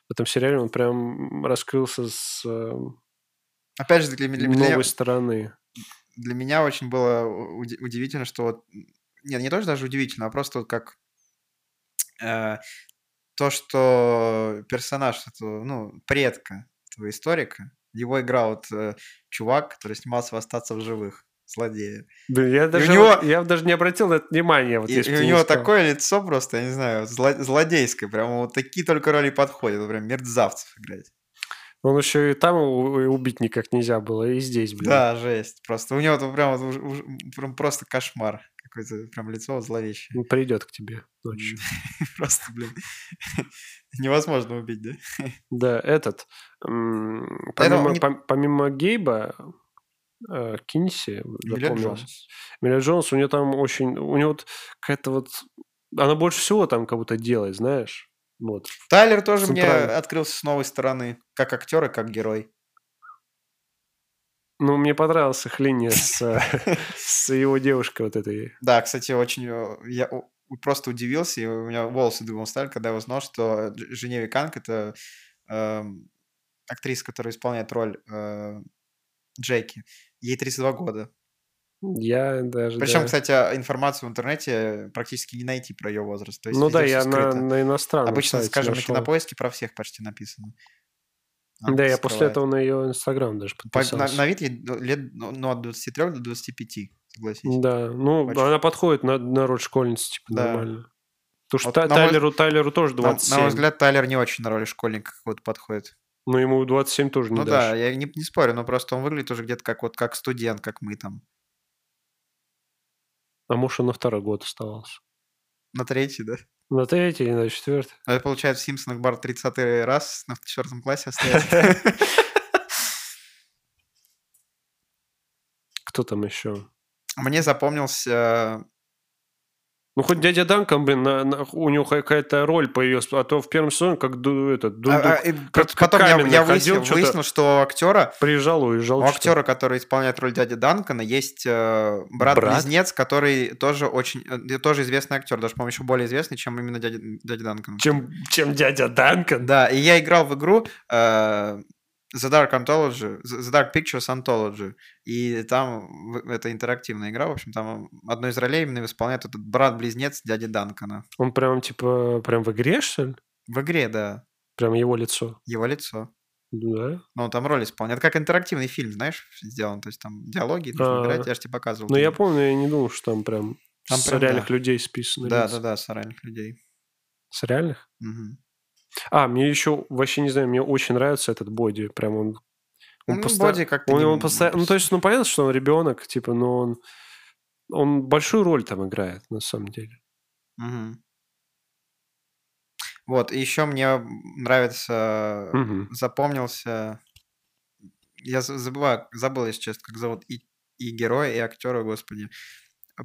в этом сериале он прям раскрылся с э, Опять же, для, ме- для меня, новой стороны. для меня очень было у- уди- удивительно, что вот... Нет, не то, что даже удивительно, а просто вот как э, то, что персонаж, этого, ну, предка этого историка, его играл вот э, чувак, который снимался в «Остаться в живых», злодея. Да, я даже, него- я даже не обратил на это внимания. Вот, И- если и бы у ты не него сказал. такое лицо просто, я не знаю, зло- злодейское. Прямо вот такие только роли подходят. вот Прям мерзавцев играть. Он еще и там у- и убить никак нельзя было, и здесь, блин. Да, жесть. Просто у него там прям, вот уж- уж- прям просто кошмар. Какое-то прям лицо вот зловещее. Он придет к тебе ночью. Просто, блин, невозможно убить, да? Да, этот. м, Это Помимо, не- пом- помимо Гейба, э, Кинси Миллион запомнился. Джонс. Миллион Джонс, у нее там очень... У него вот какая-то вот... Она больше всего там как будто делает, знаешь? Вот. Тайлер тоже мне Центральный. открылся с новой стороны. Как актер и как герой. Ну, мне понравилась их линия с, э, с его девушкой вот этой. Да, кстати, очень... э, Я у- у- просто удивился, и у меня волосы дыбом стали, когда я узнал, что Дж- Женеви Канг — это эм, актриса, которая исполняет роль э, Джеки. Ей 32 года. Я даже... Причем, да. кстати, а, информацию в интернете практически не найти про ее возраст. То есть Ну везде да, всё я на, скрыто. на иностранном Обычно, сайте скажем, на нашел. кинопоиске про всех почти написано. Она Да, я скрывает. после этого на ее инстаграм даже По- на, подписался. на вид ей д- лет ну, ну, от 23 до 25, согласись. Да, ну, Очень. она подходит на, на роль школьницы, типа, Да. нормально. Потому что Вот Та- на мой- Тайлеру, Тайлеру тоже На- 27. на мой взгляд, Тайлер не очень на роли школьника какого-то подходит. Но ему 27 тоже не Ну да, дашь. я не, не спорю, но просто он выглядит уже где-то как вот как студент, как мы там. А муж он на второй год оставался. На третий, да? На третий или на четвертый. А Это получается в Симпсонах Бар 30 раз на четвертом классе остается. Кто там еще? Мне запомнился... э, Ну, хоть дядя Данкан, блин, на- на- у него какая-то роль появилась. А то в первом сезоне как ду- этот, а, дундук а, и про- как Потом я- каменный я ходил, выяснил, чё-то. выяснил, что у актера, приезжал, у уезжал. что-то. актера, который исполняет роль дяди Данкона, есть э, брат-близнец, который тоже очень, э, тоже известный актер, даже, по-моему, еще более известный, чем именно дядя, дядя Данкон. Чем, чем дядя Данкан? Да, и я играл в игру э, The Dark Anthology, The Dark Pictures Anthology, и там в- это интерактивная игра, в общем, там одну из ролей именно исполняет этот брат-близнец дяди Данкона. Он прям, типа, прям в игре, что ли? В игре, да, Прям его лицо. его лицо. Да. Ну, он там роль исполняет. Это как интерактивный фильм, знаешь, сделан. То есть там диалоги, ты А. нужно играть, я же тебе показывал. Но я Ты- помню, я не думал, что там прям Там с прям, да. реальных людей списаны. Да, лица. да, да, с реальных людей. С реальных? Мгм. А, мне еще вообще не знаю, мне очень нравится этот боди. Прям он. Он Ну, поста- Боди как-то Он, не- он постоянно. Ну, то есть, ну понятно, что он ребенок, типа, но он. Он большую роль там играет, на самом деле. Мгм. Вот, и еще мне нравится, Мгм. запомнился, я з- забываю, забыл, если честно, как зовут и, и героя, и актера, господи.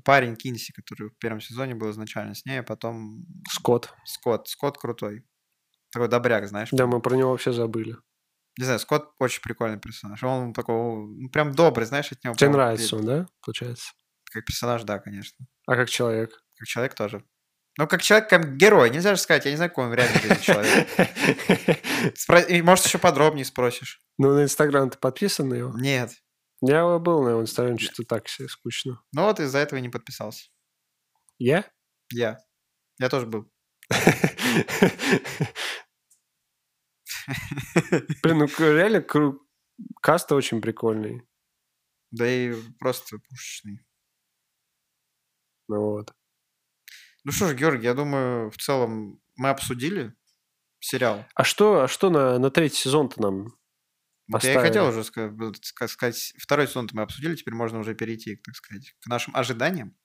Парень Кинси, который в первом сезоне был изначально с ней, а потом Скотт. Скотт. Скотт крутой. Такой добряк, знаешь. Да, мы про него вообще забыли. Не знаю, Скотт очень прикольный персонаж. Он такой, ну, прям добрый, знаешь, от него. Тебе прям нравится веет. он, да, получается? Как персонаж, да, конечно. А как человек? Как человек тоже. Ну, как человек, как герой. Нельзя же сказать, я не знаю, какой он в реальной жизни человек. Спро- и, Может, еще подробнее спросишь. Ну, на Инстаграм ты подписан на его? Нет. Я вот был на его Инстаграме, что-то так себе скучно. Ну вот из-за этого и не подписался. Я? Я. Я тоже был. Блин, ну к- реально кру- каста очень прикольный. Да и просто пушечный. Ну вот. Ну что ж, Георгий, я думаю, в целом мы обсудили сериал. А что, а что на, на третий сезон-то нам? Вот я и хотел Поставили. уже ска- вот ска- сказать, второй сезон мы обсудили, теперь можно уже перейти, так сказать, к нашим ожиданиям.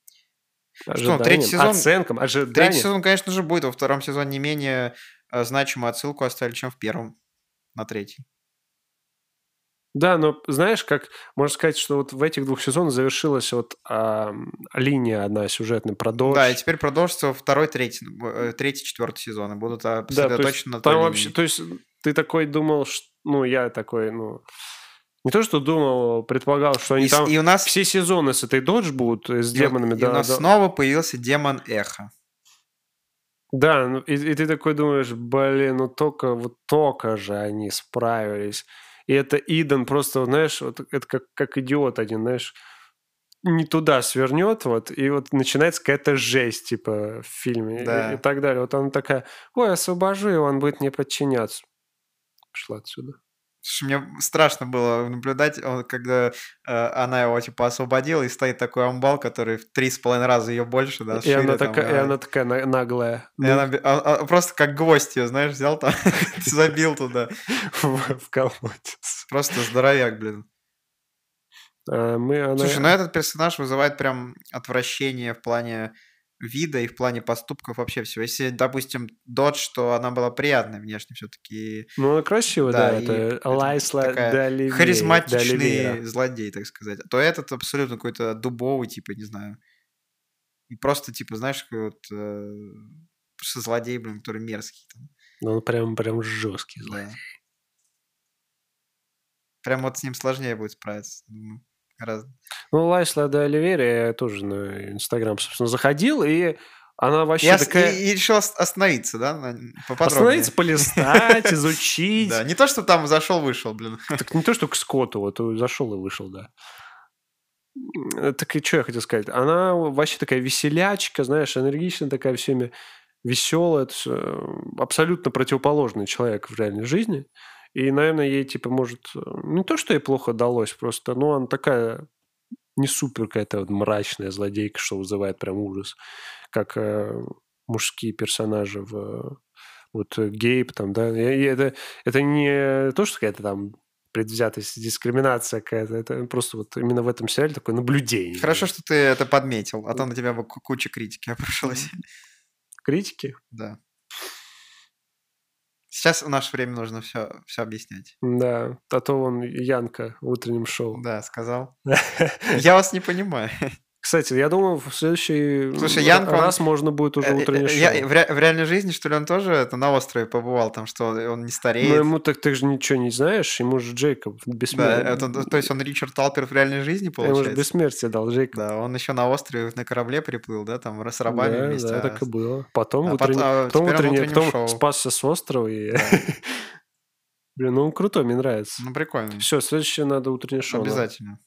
Ожиданиям, третий сезон- Оценкам, ожиданиям. Третий сезон, конечно же, будет, во втором сезоне не менее э, значимую отсылку оставили, чем в первом, на третий. Да, но знаешь, как можно сказать, что вот в этих двух сезонах завершилась вот а, м, линия одна сюжетная про Додж. Да, и теперь продолжится второй, третий, э, третий, четвертый сезоны будут Да, э, то есть сосредоточены на там той линии. вообще, то есть ты такой думал, что, ну я такой, ну не то что думал, а предполагал, что они И, с- там и у нас, все сезоны с этой Додж будут э, с и у- демонами, и да, у нас да. снова появился демон эхо. Да, ну, и, и ты такой думаешь, блин, ну только, вот только же они справились. И это Иден просто, вот знаешь, вот это как, как идиот один, знаешь, не туда свернет, вот, и вот начинается какая-то жесть, типа, в фильме и- Да. и, так далее. Вот она такая, ой, освобожу, его, он будет мне подчиняться. Пошла отсюда. Слушай, мне страшно было наблюдать, он, когда э, она его типа освободила, и стоит такой амбал, который в три с половиной раза ее больше, да, и, шире она там, такая, и да. она такая на- наглая. И она бе- а- а- просто как гвоздь ее, знаешь, взял там, забил туда. в, в колодец. Просто здоровяк, блин. А мы, она- Слушай, ну этот персонаж вызывает прям отвращение в плане вида и в плане поступков вообще всего. Если, допустим, Додж, то она была приятной внешне все-таки. ну, она красивая, да, да, и это это Лайсла Даливей- такая Даливейра. Харизматичный злодей, так сказать. А То этот абсолютно какой-то дубовый, типа, не знаю. И просто, типа, знаешь, какой вот... э, Просто злодей, блин, который мерзкий. там, Ну, он прям, прям жесткий злой. да. Прям вот с ним сложнее будет справиться. думаю, гораздо. Ну, Лайсла де Оливейра, я тоже на Инстаграм, собственно, заходил, и она вообще И, ос- такая... «А и- и решил ос- остановиться, да? на- поподробнее. Остановиться, полистать, изучить. Да, не то, что там зашел-вышел, блин. Так не то, что к Скотту, вот зашел и вышел, да. Э, Так и что я хотел сказать? Она вообще такая веселячка, знаешь, энергичная такая всеми, веселая. то есть, э, абсолютно противоположный человек в реальной жизни. И, наверное, ей, типа, может... э, Не то, что ей плохо далось, просто... Ну, она такая не супер какая-то вот мрачная злодейка, что вызывает прям ужас. Как э, мужские персонажи в... э, Вот э, Гейб там, да. И- и это, это не то, что какая-то там предвзятость, дискриминация какая-то. Это просто вот именно в этом сериале такое наблюдение. Хорошо, что ты это подметил, а то на тебя бы ку- куча критики обрушилась. Критики. Да. Сейчас в наше время нужно все, все объяснять. Да. А то вон Янка в утреннем шоу. Да, сказал. Я вас не понимаю. Кстати, я думаю, в следующий Слушай, р- Янка, он- раз можно будет уже Э, э, утреннее э, шоу. я- В ре- в реальной жизни, что ли, он тоже это на острове побывал, там, что он не Но стареет? Ну, ему так ты же ничего не знаешь, ему же Джейкоб Да, бессмертие. это, то то есть он Ричард Талпер в реальной жизни, А ему же получается? бессмертие дал Джейкоб. Да, он еще на острове на корабле приплыл, да, там ра- с рабами Да, вместе. да, а так и с- было. Потом, А в утренне- потом- а потом теперь он в утреннее- утреннем потом шоу. спасся с острова и... Блин, ну он крутой, мне нравится. Ну, прикольно. Все, следующее надо утреннее шоу. надо. Обязательно.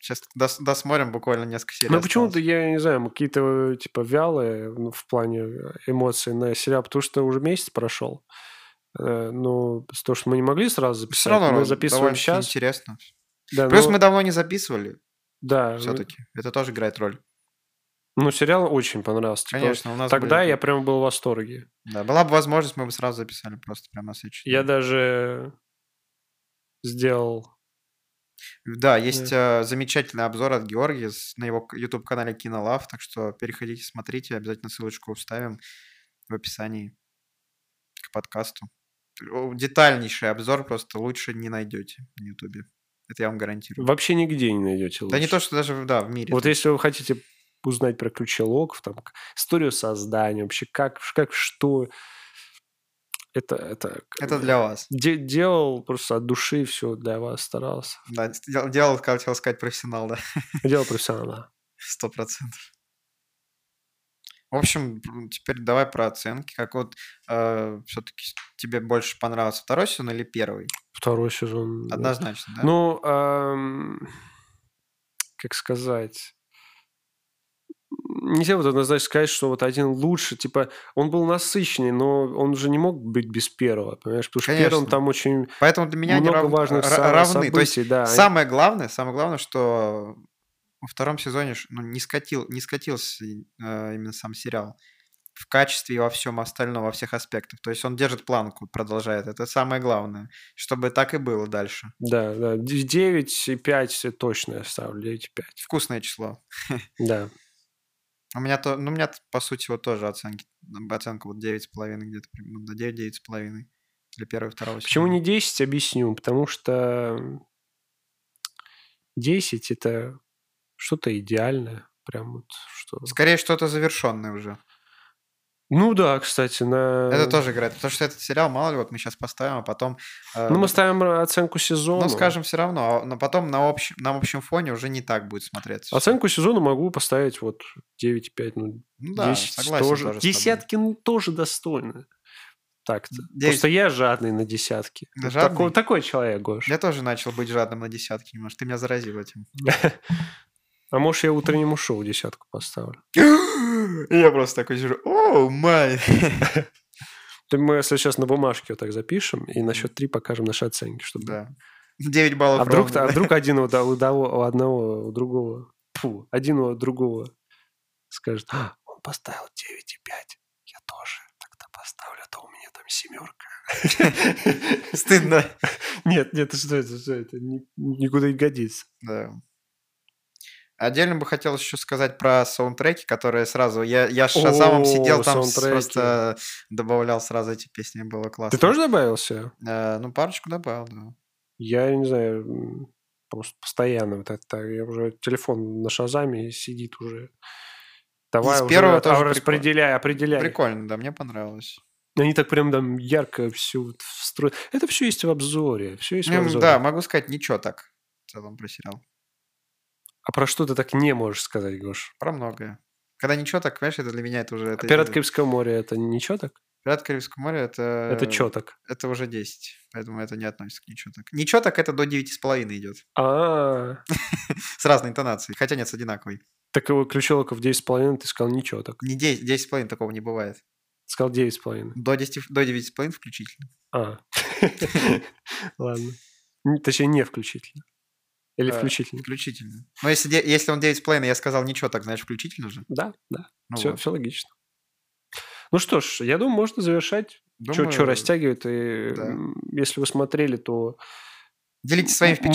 Сейчас дос- досмотрим буквально несколько серий. Ну, почему-то, осталось. я не знаю, мы какие-то, э, типа, вялые ну, в плане эмоций на сериал, потому что уже месяц прошел. Э, Но с того, что мы не могли сразу записать, Все Ну, равно мы записываем довольно-таки сейчас. интересно. Да, Плюс ну, мы давно не записывали да, ну, все-таки. Это тоже играет роль. Ну, сериал очень понравился. типа, Конечно, у нас Тогда были- я прям был в восторге. Да, была бы возможность, мы бы сразу записали просто прямо сейчас. Я даже сделал... Да, есть э, замечательный обзор от Георгия с- на его к- YouTube-канале Кинолав, так что переходите, смотрите, обязательно ссылочку вставим в описании к подкасту. О, Детальнейший обзор, просто лучше не найдете на Ютубе. Это я вам гарантирую. Вообще нигде не найдете лучше. Да не то, что даже в- да, в мире. Вот если вы хотите узнать про ключелог, там, к- историю создания, вообще как, как что... Это, это... как Это бы, для вас. де- делал просто от души все для вас, старался. Да, дел- делал, как хотел сказать, профессионал, да. Делал профессионально. Сто процентов. В общем, м, теперь давай про оценки. Как вот все-таки тебе больше понравился второй сезон или первый? Второй сезон... да. Однозначно, да? Ну, ам, как сказать... Нельзя вот однозначно сказать, что вот один лучше. Типа, он был насыщенный, но он же не мог быть без первого, понимаешь? Потому что в первом Конечно. там очень Поэтому для меня много они рав- важных ра- са- равны. событий, То есть да. они- самое главное, самое главное, что во втором сезоне ш- ну, не, скатил, не скатился и, э, именно сам сериал в качестве и во всем остальном, во всех аспектах. То есть он держит планку, продолжает. Это самое главное, чтобы так и было дальше. Да, да. 9 и 5 точно я ставлю. 9 и 5. Вкусное число. Да. У меня, то, ну, у меня, по сути, вот тоже оценки, м, оценка вот 9,5 где-то, при- ну, да, 9, 9,5 для первого и второго Почему сезона. не 10, объясню. Потому что 10 это что-то идеальное. Прям вот что. Скорее, что-то завершенное уже. Ну да, кстати, на. Это тоже играет. Потому что этот сериал, мало ли, вот мы сейчас поставим, а потом... э, Ну, мы ставим оценку сезона. Ну, скажем, все равно, а но потом на общем, на общем фоне уже не так будет смотреться. всё. Оценку сезона могу поставить вот 9,5, ну, Ну да, 10 согласен тоже. тоже с тобой. десятки ну, тоже достойны. Так-то. Девять- Просто я жадный на десятки. Да, Вот тако- жадный? Такой, человек, Гош. Я тоже начал быть жадным на десятки немножко. Ты меня заразил этим. А может, я утреннему шоу десятку поставлю? Я просто такой сижу, о, май. То мы, если сейчас на бумажке вот так запишем и на счет три покажем наши оценки, чтобы... Да. 9 баллов А вдруг, ровно, а да. вдруг один у, того- у того- у одного, у другого, фу, один у другого скажет, «А, он поставил 9,5, я тоже тогда поставлю, а то у меня там семерка. Стыдно. Нет, нет, что это, что это, ни- никуда не годится. Да. Отдельно бы хотелось еще сказать про саундтреки, которые сразу... Я, я с Шазамом О, сидел там, с- саундтреки. просто добавлял сразу эти песни, было классно. Ты тоже добавился? Э, ну, парочку добавил, да. Я не знаю, м, просто постоянно вот это, так, я уже телефон на шазаме сидит уже. Давай с уже первого от- тоже прикольно. распределяй, определяй. Прикольно, да, мне понравилось. Они так прям там ярко все вот встроены. Это все есть в обзоре. Все есть в М, обзоре. да, могу сказать ничего так в целом про сериал. А про что ты так не можешь сказать, Гош? Про многое. Когда ничего так, понимаешь, это для меня это уже... А Это, «Пират Карибского моря» — это ничего так? «Пират Карибского моря» это... Это чё так? Это уже 10, поэтому это не относится к ничего так. Ничего так это до 9,5 идет. а С разной интонацией, хотя нет, с одинаковой. Так его ключелок в 9,5 ты сказал ничего так. Не 10, 10,5 такого не бывает. Ты Сказал 9,5. До, 10, до 9,5 включительно. А. Ладно. Н- Точнее, не включительно. Или Э, включительно. Включительно. Но если, де- если он 9,5, я сказал ничего так, значит, включительно же. Да, да. Ну все, вот. все логично. Ну что ж, я думаю, можно завершать. Че, Думаю, растягивает? И, да. м, Если вы смотрели, то... Делитесь своими Мы- мы- мы-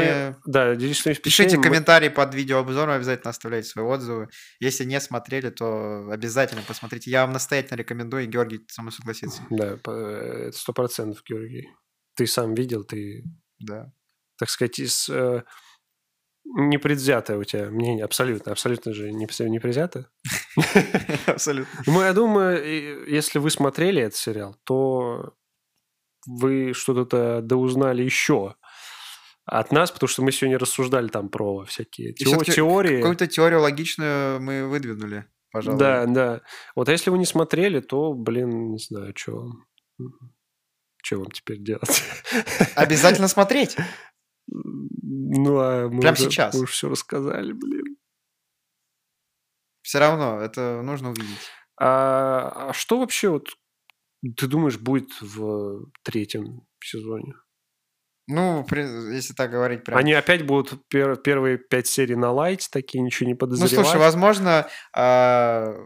впечатлениями. Да, делитесь своими Пишите впечатлениями. Мы- комментарии под видеообзором, обязательно оставляйте свои отзывы. Если не смотрели, то обязательно посмотрите. Я вам настоятельно рекомендую, и Георгий со мной согласится. Да, по- э, это сто процентов, Георгий. Ты сам видел, ты, Да. так сказать, из э, непредвзятое у тебя мнение, абсолютно, абсолютно же не пс- непредвзято. Абсолютно. Ну, я думаю, и- если вы смотрели этот сериал, то вы что-то да узнали еще от нас, потому что мы сегодня рассуждали там про всякие И тео- всё-таки теории. Какую-то теорию логичную мы выдвинули, пожалуй. Да, да. Вот а если вы не смотрели, то, блин, не знаю, что что вам теперь делать. Обязательно смотреть. Ну, а мы Прям уже, сейчас. Мы все рассказали, блин. Все равно, это нужно увидеть. А, а что вообще вот Ты думаешь, будет в третьем сезоне? Ну, при- если так говорить прям. Они опять будут пер- первые пять серий на лайте, такие ничего не Ну, подозревают. слушай, возможно, а,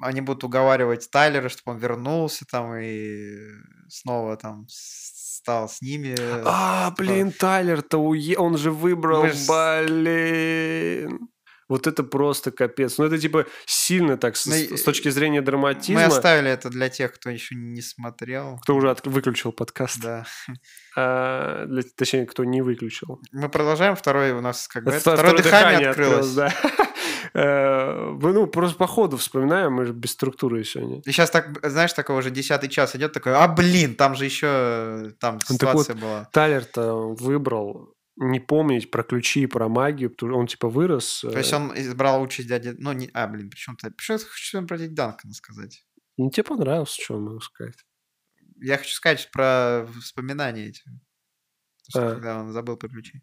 они будут уговаривать Тайлера, чтобы он вернулся там и снова там с- стал с ними. А, типа- блин, Тайлер-то уе... Он же выбрал, Мы ж- блин. Вот это просто капец. Ну, это типа сильно так с, Ну, и- с точки зрения Мы драматизма. оставили это для тех, кто еще не смотрел. Кто уже от- выключил подкаст. Да. А, для- Точнее, кто не выключил. Мы продолжаем. Второй у нас как бы... это- Ста- Второе, дыхание, открылось. открылось, да. Э, вы, Ну, просто по ходу вспоминаем, мы же без структуры сегодня. И сейчас, так, знаешь, такой уже десятый час идет, такой, а блин, там же еще там Ну, так ситуация была. Тайлер-то выбрал не помнить про ключи и про магию, потому что он типа вырос. То есть он избрал участь дяди... Ну, не... а, блин, почему-то... Почему я хочу про дядю Данкана сказать? Не тебе понравилось, что я могу сказать. Я хочу сказать про воспоминания эти. Что А. Когда он забыл про ключи.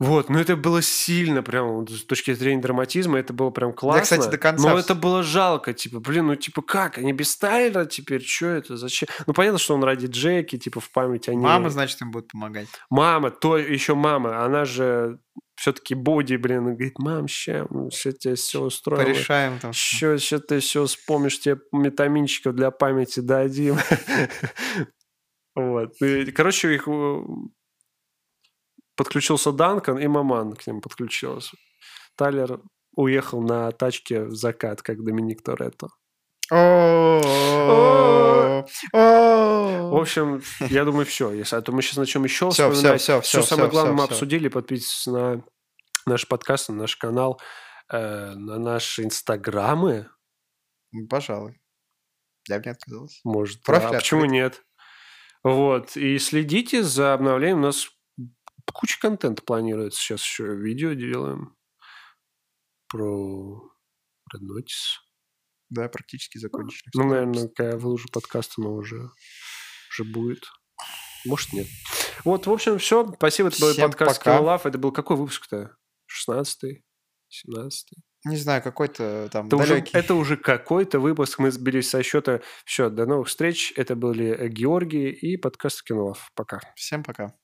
Вот, ну это было сильно, прям вот с точки зрения драматизма, это было прям классно. кстати, до конца Но вс- это было жалко, типа, блин, ну типа как, они без Тайлера теперь, что это, зачем? Ну понятно, что он ради Джеки, типа в память о ней. Мама, значит, им будет помогать. Мама, то еще мама, она же все-таки боди, блин, говорит, мам, Ну, ща, все тебе все устроим. Порешаем там. Еще, еще ты все вспомнишь, тебе метаминчиков для памяти дадим. Вот. И, Короче, их э, подключился Данкан и Маман к ним подключилась. Тайлер уехал на тачке в закат, как Доминик Торетто. О-о-о. В О-о-о. общем, я думаю, все. Если, а то мы сейчас начнем еще Всё, всё, вспоминать. всё, Всё всё, самое всё, главное всё, мы всё. обсудили. Подписывайтесь на наш подкаст, на наш канал, э, на наши инстаграмы. Пожалуй. Я бы не отказалась. Может, Профиль а почему открыт. нет? Вот. И следите за обновлением. У нас куча контента планируется. Сейчас еще видео делаем про Red Notice. Да, практически закончили. Ну, наверное, когда я выложу подкаст, оно уже, уже будет. Может, нет. Вот, в общем, все. Спасибо, это был Всем подкаст пока. Калав. Это был какой выпуск-то? 16-й? 17-й? Не знаю, какой-то там Это уже, далекий. это уже какой-то выпуск. Мы сбились со счета. Все, до новых встреч. Это были э, Георгий и подкаст Кинолов. Пока. Всем пока.